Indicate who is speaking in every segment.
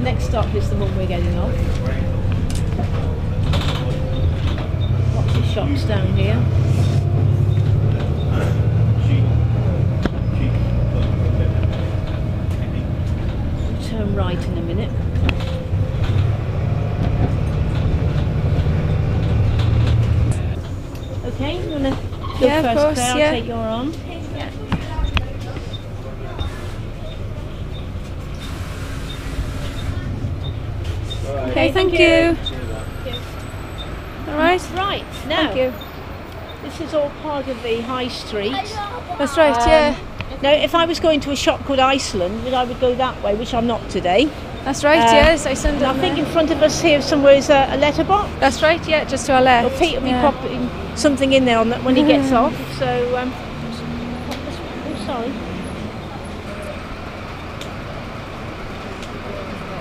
Speaker 1: next stop is uh, the one we're getting off. Lots of shops down here. We'll turn right in a minute. Okay, you wanna go
Speaker 2: Yeah, of
Speaker 1: first,
Speaker 2: course,
Speaker 1: Claire? I'll
Speaker 2: yeah.
Speaker 1: take your arm.
Speaker 2: Okay, thank, you. All right.
Speaker 1: Right, now
Speaker 2: Thank you.
Speaker 1: this is all part of the high street.
Speaker 2: That's right.
Speaker 1: Um,
Speaker 2: yeah.
Speaker 1: Now, if I was going to a shop called Iceland, then I would go that way, which I'm not today.
Speaker 2: That's right.
Speaker 1: uh,
Speaker 2: yes. I send.
Speaker 1: And I think in front of us here somewhere is a, a letterbox.
Speaker 2: That's right. Yeah. Just to our
Speaker 1: Or
Speaker 2: left.
Speaker 1: Pete will be
Speaker 2: yeah.
Speaker 1: popping something in there on that when he gets off. So, um, oh, sorry.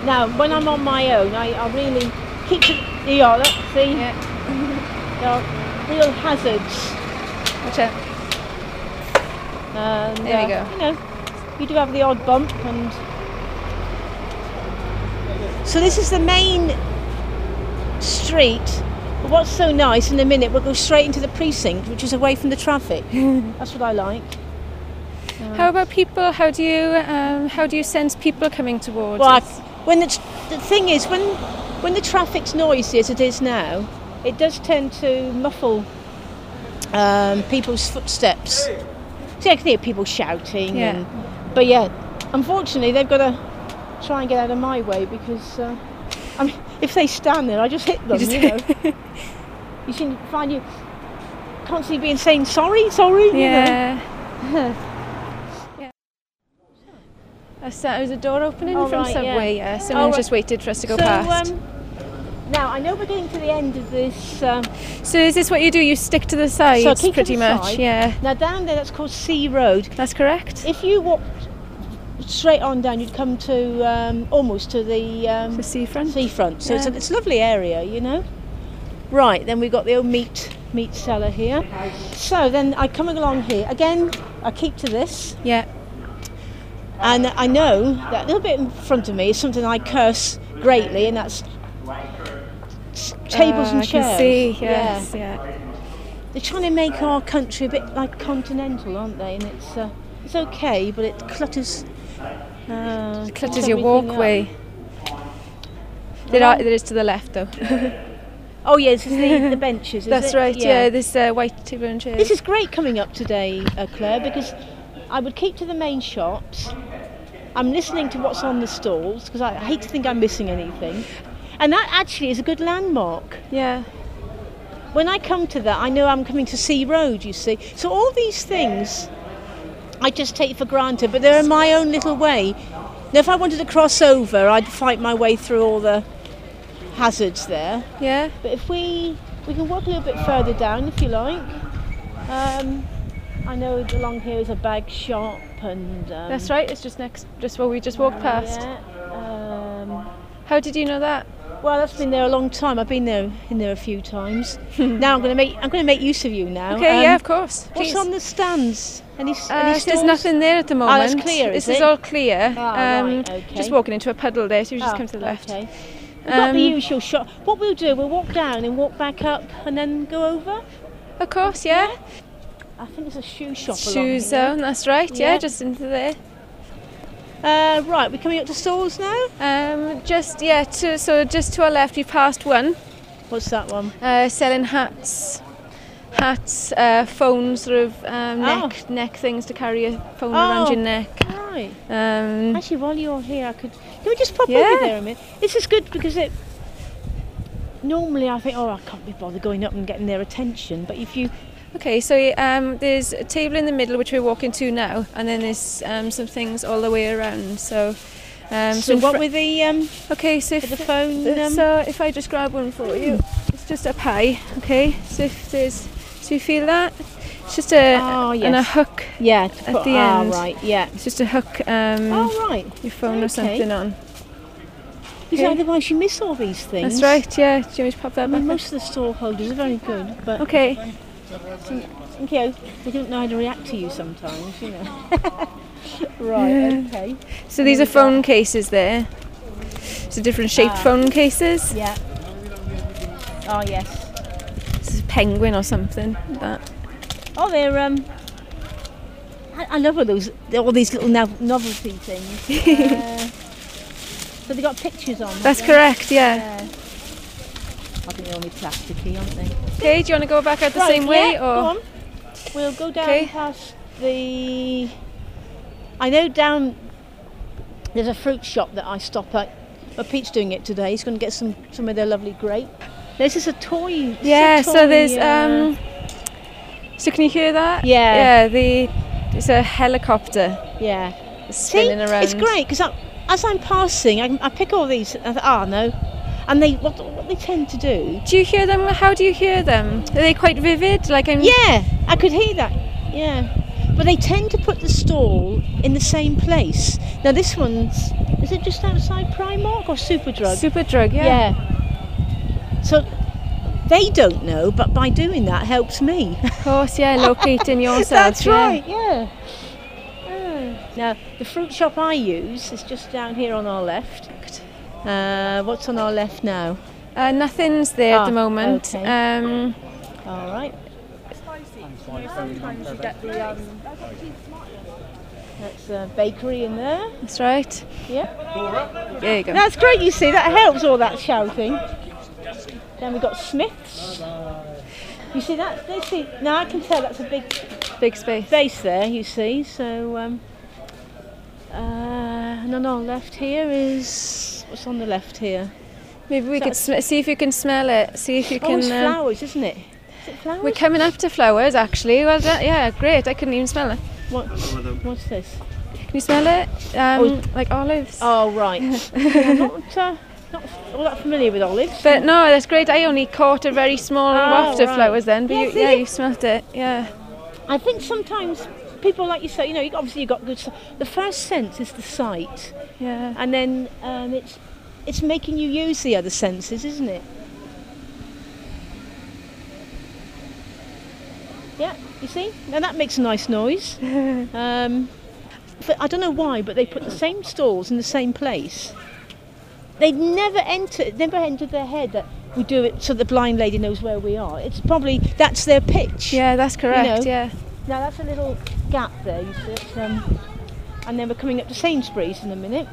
Speaker 1: Now, when I'm on my own, I, I really keep to the yeah, look, see,
Speaker 2: Yeah.
Speaker 1: there are real hazards.
Speaker 2: Watch out.
Speaker 1: And,
Speaker 2: There we
Speaker 1: uh,
Speaker 2: go.
Speaker 1: You know, you do have the odd bump and. So this is the main street. But what's so nice, in a minute we'll go straight into the precinct, which is away from the traffic. That's what I like. Um,
Speaker 2: How about people? How do you um, how do you sense people coming towards
Speaker 1: Well, I-
Speaker 2: us?
Speaker 1: when the, tr- the thing is, when when the traffic's noisy as it is now, it does tend to muffle um, people's footsteps. So I can hear people shouting.
Speaker 2: Yeah.
Speaker 1: And, but yeah, unfortunately, they've got to try and get out of my way because uh, I mean, if they stand there, I just hit them. You,
Speaker 2: just-
Speaker 1: know. you seem to find you constantly being saying sorry, sorry. you know.
Speaker 2: Yeah. Yeah. That's that. There was a door opening
Speaker 1: Oh,
Speaker 2: from
Speaker 1: right, yeah.
Speaker 2: Subway, yeah. yes, and
Speaker 1: Oh,
Speaker 2: we
Speaker 1: right.
Speaker 2: just waited for us to go
Speaker 1: so,
Speaker 2: past.
Speaker 1: Um, now I know we're getting to the end of this. Um,
Speaker 2: so is this what you do? You stick to the sides,
Speaker 1: keep to the
Speaker 2: pretty much,
Speaker 1: side.
Speaker 2: yeah.
Speaker 1: Now down there, that's called Sea Road.
Speaker 2: That's correct.
Speaker 1: If you walked straight on down, you'd come to um, almost to the um,
Speaker 2: the seafront.
Speaker 1: seafront. So it's, a,
Speaker 2: Yeah.
Speaker 1: it's a lovely area, you know. Right, then we've got the old meat meat cellar here. So then I coming along here again. I keep to this,
Speaker 2: Yeah.
Speaker 1: and I know that little bit in front of me is something I curse greatly, and that's s- tables
Speaker 2: Ah,
Speaker 1: and
Speaker 2: I
Speaker 1: chairs.
Speaker 2: can see.
Speaker 1: Yeah.
Speaker 2: Yes. Yeah.
Speaker 1: They're trying to make our country a bit like continental, aren't they? And it's uh, it's okay, but it clutters. Uh,
Speaker 2: Clutters your
Speaker 1: everything
Speaker 2: walkway.
Speaker 1: up.
Speaker 2: There, are, there is to the left though.
Speaker 1: Oh yes, it's the, the benches. Is
Speaker 2: That's
Speaker 1: it?
Speaker 2: right. Yeah. This uh, white table and chair.
Speaker 1: This is great coming up today, uh, Claire, because I would keep to the main shops. I'm listening to what's on the stalls because I hate to think I'm missing anything. And that actually is a good landmark.
Speaker 2: yeah.
Speaker 1: when I come to that, I know I'm coming to Sea Road, you see. So all these things I just take for granted, but they're in my own little way. Now, if I wanted to cross over, I'd fight my way through all the hazards there.
Speaker 2: Yeah.
Speaker 1: But if we we can walk a little bit further down, if you like. Um, I know along here is a bag shop and. Um, Oh,
Speaker 2: That's right. It's just next, just where we just walked past.
Speaker 1: Yeah, um,
Speaker 2: How did you know that?
Speaker 1: Well, that's been there a long time. I've been there in there a few times. now I'm going to make I'm going to make use of you now.
Speaker 2: Okay.
Speaker 1: Um,
Speaker 2: yeah. Of course.
Speaker 1: What's
Speaker 2: Please.
Speaker 1: on the stands? Any, s
Speaker 2: Uh,
Speaker 1: any
Speaker 2: there's
Speaker 1: stalls?
Speaker 2: nothing there at the moment.
Speaker 1: that's clear,
Speaker 2: This
Speaker 1: is
Speaker 2: is
Speaker 1: it?
Speaker 2: all clear. Um,
Speaker 1: Oh, right, okay.
Speaker 2: Just walking into a puddle there, so you just
Speaker 1: Ah,
Speaker 2: come to the left.
Speaker 1: Okay. We've got the
Speaker 2: Um,
Speaker 1: usual shot. What we'll do, we'll walk down and walk back up and then go over.
Speaker 2: Of course, yeah.
Speaker 1: I think there's a shoe shop
Speaker 2: Shoe
Speaker 1: along
Speaker 2: zone, that's right. Yeah,
Speaker 1: Yeah.
Speaker 2: just into there.
Speaker 1: here. Uh, right, we're coming up to stalls now.
Speaker 2: Um, just yeah. To, so just to our left, we passed one
Speaker 1: What's that one?
Speaker 2: uh, selling hats, hats, uh, phones, sort of um,
Speaker 1: Oh.
Speaker 2: neck neck things to carry a phone around
Speaker 1: Oh.
Speaker 2: your neck.
Speaker 1: Right.
Speaker 2: Um,
Speaker 1: Actually, while you're here, I could. Can we just pop
Speaker 2: Yeah.
Speaker 1: over there a minute? This is good because it. Normally, I think, oh, I can't be bothered going up and getting their attention. But if you
Speaker 2: Okay, so um, there's a table in the middle which we're walking to now, and then there's um, some things all the way around. So, um,
Speaker 1: so
Speaker 2: in
Speaker 1: what
Speaker 2: fr-
Speaker 1: with the um
Speaker 2: okay, so if
Speaker 1: the phone
Speaker 2: uh,
Speaker 1: um,
Speaker 2: so if I just grab one for you, it's just up high. Okay, so if there's so you feel that it's just a
Speaker 1: Oh,
Speaker 2: and a
Speaker 1: yes.
Speaker 2: hook.
Speaker 1: yeah to
Speaker 2: at
Speaker 1: put-
Speaker 2: the
Speaker 1: ah,
Speaker 2: end.
Speaker 1: right yeah
Speaker 2: It's just a hook. Um,
Speaker 1: oh right
Speaker 2: Your phone
Speaker 1: okay.
Speaker 2: or something on.
Speaker 1: because
Speaker 2: Okay.
Speaker 1: otherwise you miss all these things
Speaker 2: That's right. Yeah. Do you want me to pop that
Speaker 1: I mean,
Speaker 2: back?
Speaker 1: most of the storeholders are very good but
Speaker 2: up? Okay.
Speaker 1: Thank you. They don't know how to react to you sometimes, you know. right, okay.
Speaker 2: So these are phone cases there. to different shaped
Speaker 1: Ah.
Speaker 2: phone cases.
Speaker 1: Yeah. Oh yes.
Speaker 2: It's a penguin or something. like That
Speaker 1: Oh, they're um. I, I love all those all these little nov- novelty things. Uh, so they got pictures on.
Speaker 2: that's
Speaker 1: have they?
Speaker 2: correct. Yeah.
Speaker 1: Yeah. I think they're only plasticky, aren't they?
Speaker 2: Okay, do you want to go back out the
Speaker 1: Right,
Speaker 2: same way
Speaker 1: yeah,
Speaker 2: or?
Speaker 1: go on. We'll go down
Speaker 2: Okay.
Speaker 1: past the. I know down. There's a fruit shop that I stop at. But Pete's doing it today. He's going to get some some of their lovely grape. This is a toy. it's a
Speaker 2: Yeah,
Speaker 1: toy,
Speaker 2: so there's
Speaker 1: uh,
Speaker 2: um so can you hear that?
Speaker 1: Yeah.
Speaker 2: Yeah, the it's a helicopter
Speaker 1: yeah. See,
Speaker 2: spinning around.
Speaker 1: it's great because as I'm passing, I, I pick all these. and I th- Ah, no, and they what, what they tend to do.
Speaker 2: Do you hear them? How do you hear them? Are they quite vivid? Like I'm
Speaker 1: Yeah, I could hear that. Yeah, but they tend to put the stall in the same place. Now this one's is it just outside Primark or Superdrug?
Speaker 2: super drug, yeah.
Speaker 1: yeah. So they don't know, but by doing that helps me.
Speaker 2: Of course, yeah, locating yourself.
Speaker 1: That's
Speaker 2: yeah.
Speaker 1: right. Yeah. Ah. Now the fruit shop I use is just down here on our left. Uh, what's on our left now?
Speaker 2: Uh, nothing's there
Speaker 1: Ah,
Speaker 2: at the moment.
Speaker 1: okay.
Speaker 2: Um
Speaker 1: All right. um, That's a bakery in there.
Speaker 2: that's right.
Speaker 1: Yeah.
Speaker 2: There you go.
Speaker 1: That's great, you see. That helps all that shouting. Then we've got Smith's. You see that? They see. Now I can tell that's a big
Speaker 2: Big space.
Speaker 1: space there, you see. So, um, uh, and on our left here is. What's on the left here?
Speaker 2: Maybe we could
Speaker 1: That's-
Speaker 2: sm- see if you can smell it. See if you
Speaker 1: oh,
Speaker 2: can
Speaker 1: it's
Speaker 2: um,
Speaker 1: flowers, isn't it? Is it flowers?
Speaker 2: We're coming up to flowers actually. Well done. Yeah, great. I couldn't even smell it.
Speaker 1: What, what's this?
Speaker 2: Can you smell it? Um, like olives.
Speaker 1: Oh, right. Yeah, I'm not, uh, not all that familiar with olives.
Speaker 2: But no, that's great. I only caught a very small
Speaker 1: Ah,
Speaker 2: waft of
Speaker 1: right.
Speaker 2: flowers then, but
Speaker 1: Yeah,
Speaker 2: you,
Speaker 1: see?
Speaker 2: yeah, you smelt it. Yeah,
Speaker 1: I think sometimes people, like you say, you know, you- obviously you've got good. s- The first sense is the sight,
Speaker 2: yeah.
Speaker 1: and then um, it's it's making you use the other senses, isn't it? Yeah, you see, now that makes a nice noise. um, but I don't know why, but they put the same stalls in the same place. They'd never enter, it never entered their head that we do it so the blind lady knows where we are. It's probably that's their pitch.
Speaker 2: Yeah, that's
Speaker 1: know.
Speaker 2: correct. Yeah.
Speaker 1: Now that's a little gap there, you see. It's, um, and then we're coming up to Sainsbury's in a minute.